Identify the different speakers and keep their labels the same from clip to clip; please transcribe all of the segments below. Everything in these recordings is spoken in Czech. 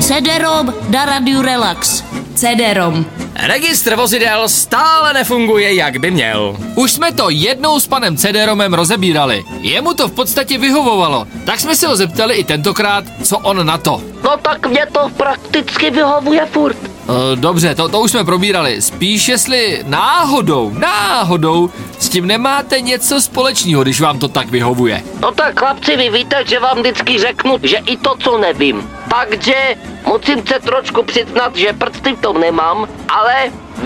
Speaker 1: CD-ROM na Radiu Relax.
Speaker 2: CD-ROM.
Speaker 3: Registr vozidel stále nefunguje, jak by měl.
Speaker 4: Už jsme to jednou s panem Cederomem rozebírali. Jemu to v podstatě vyhovovalo. Tak jsme se ho zeptali i tentokrát, co on na to.
Speaker 1: No tak mě to prakticky vyhovuje furt.
Speaker 4: E, Dobře, to, to už jsme probírali. Spíš jestli náhodou, náhodou s tím nemáte něco společného, když vám to tak vyhovuje.
Speaker 1: No tak chlapci, vy víte, že vám vždycky řeknu, že i to, co nevím. Takže musím se trošku přiznat, že prsty v tom nemám, ale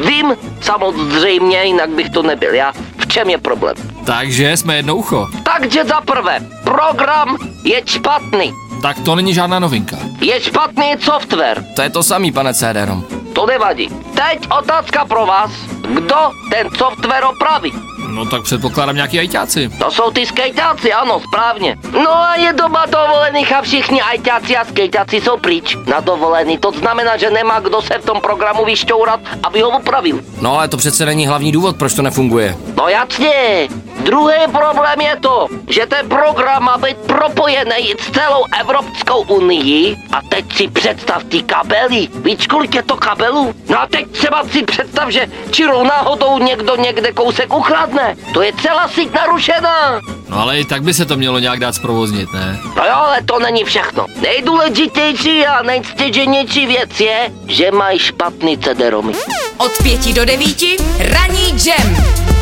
Speaker 1: vím samozřejmě, jinak bych to nebyl já. V čem je problém?
Speaker 4: Takže jsme jedno ucho.
Speaker 1: Takže za prvé, program je špatný.
Speaker 4: Tak to není žádná novinka.
Speaker 1: Je špatný software.
Speaker 3: To je to samý, pane Cederom.
Speaker 1: To nevadí. Teď otázka pro vás. Kdo ten software opraví?
Speaker 4: No tak předpokládám nějaký ajťáci.
Speaker 1: To jsou ty skejťáci, ano, správně. No a je doba dovolených a všichni ajťáci a skejťáci jsou pryč na dovolený. To znamená, že nemá kdo se v tom programu vyšťourat, aby ho upravil.
Speaker 3: No ale to přece není hlavní důvod, proč to nefunguje.
Speaker 1: No jasně. Druhý problém je to, že ten program má být propojený s celou Evropskou unii a teď si představ ty kabely. Víš, kolik je to kabelů? No a teď třeba si představ, že čirou náhodou někdo někde kousek ukradne. To je celá síť narušená.
Speaker 4: No ale i tak by se to mělo nějak dát zprovoznit, ne?
Speaker 1: No jo, ale to není všechno. Nejdůležitější a nejstěženější věc je, že mají špatný cederomy.
Speaker 2: Od pěti do devíti ranní jam.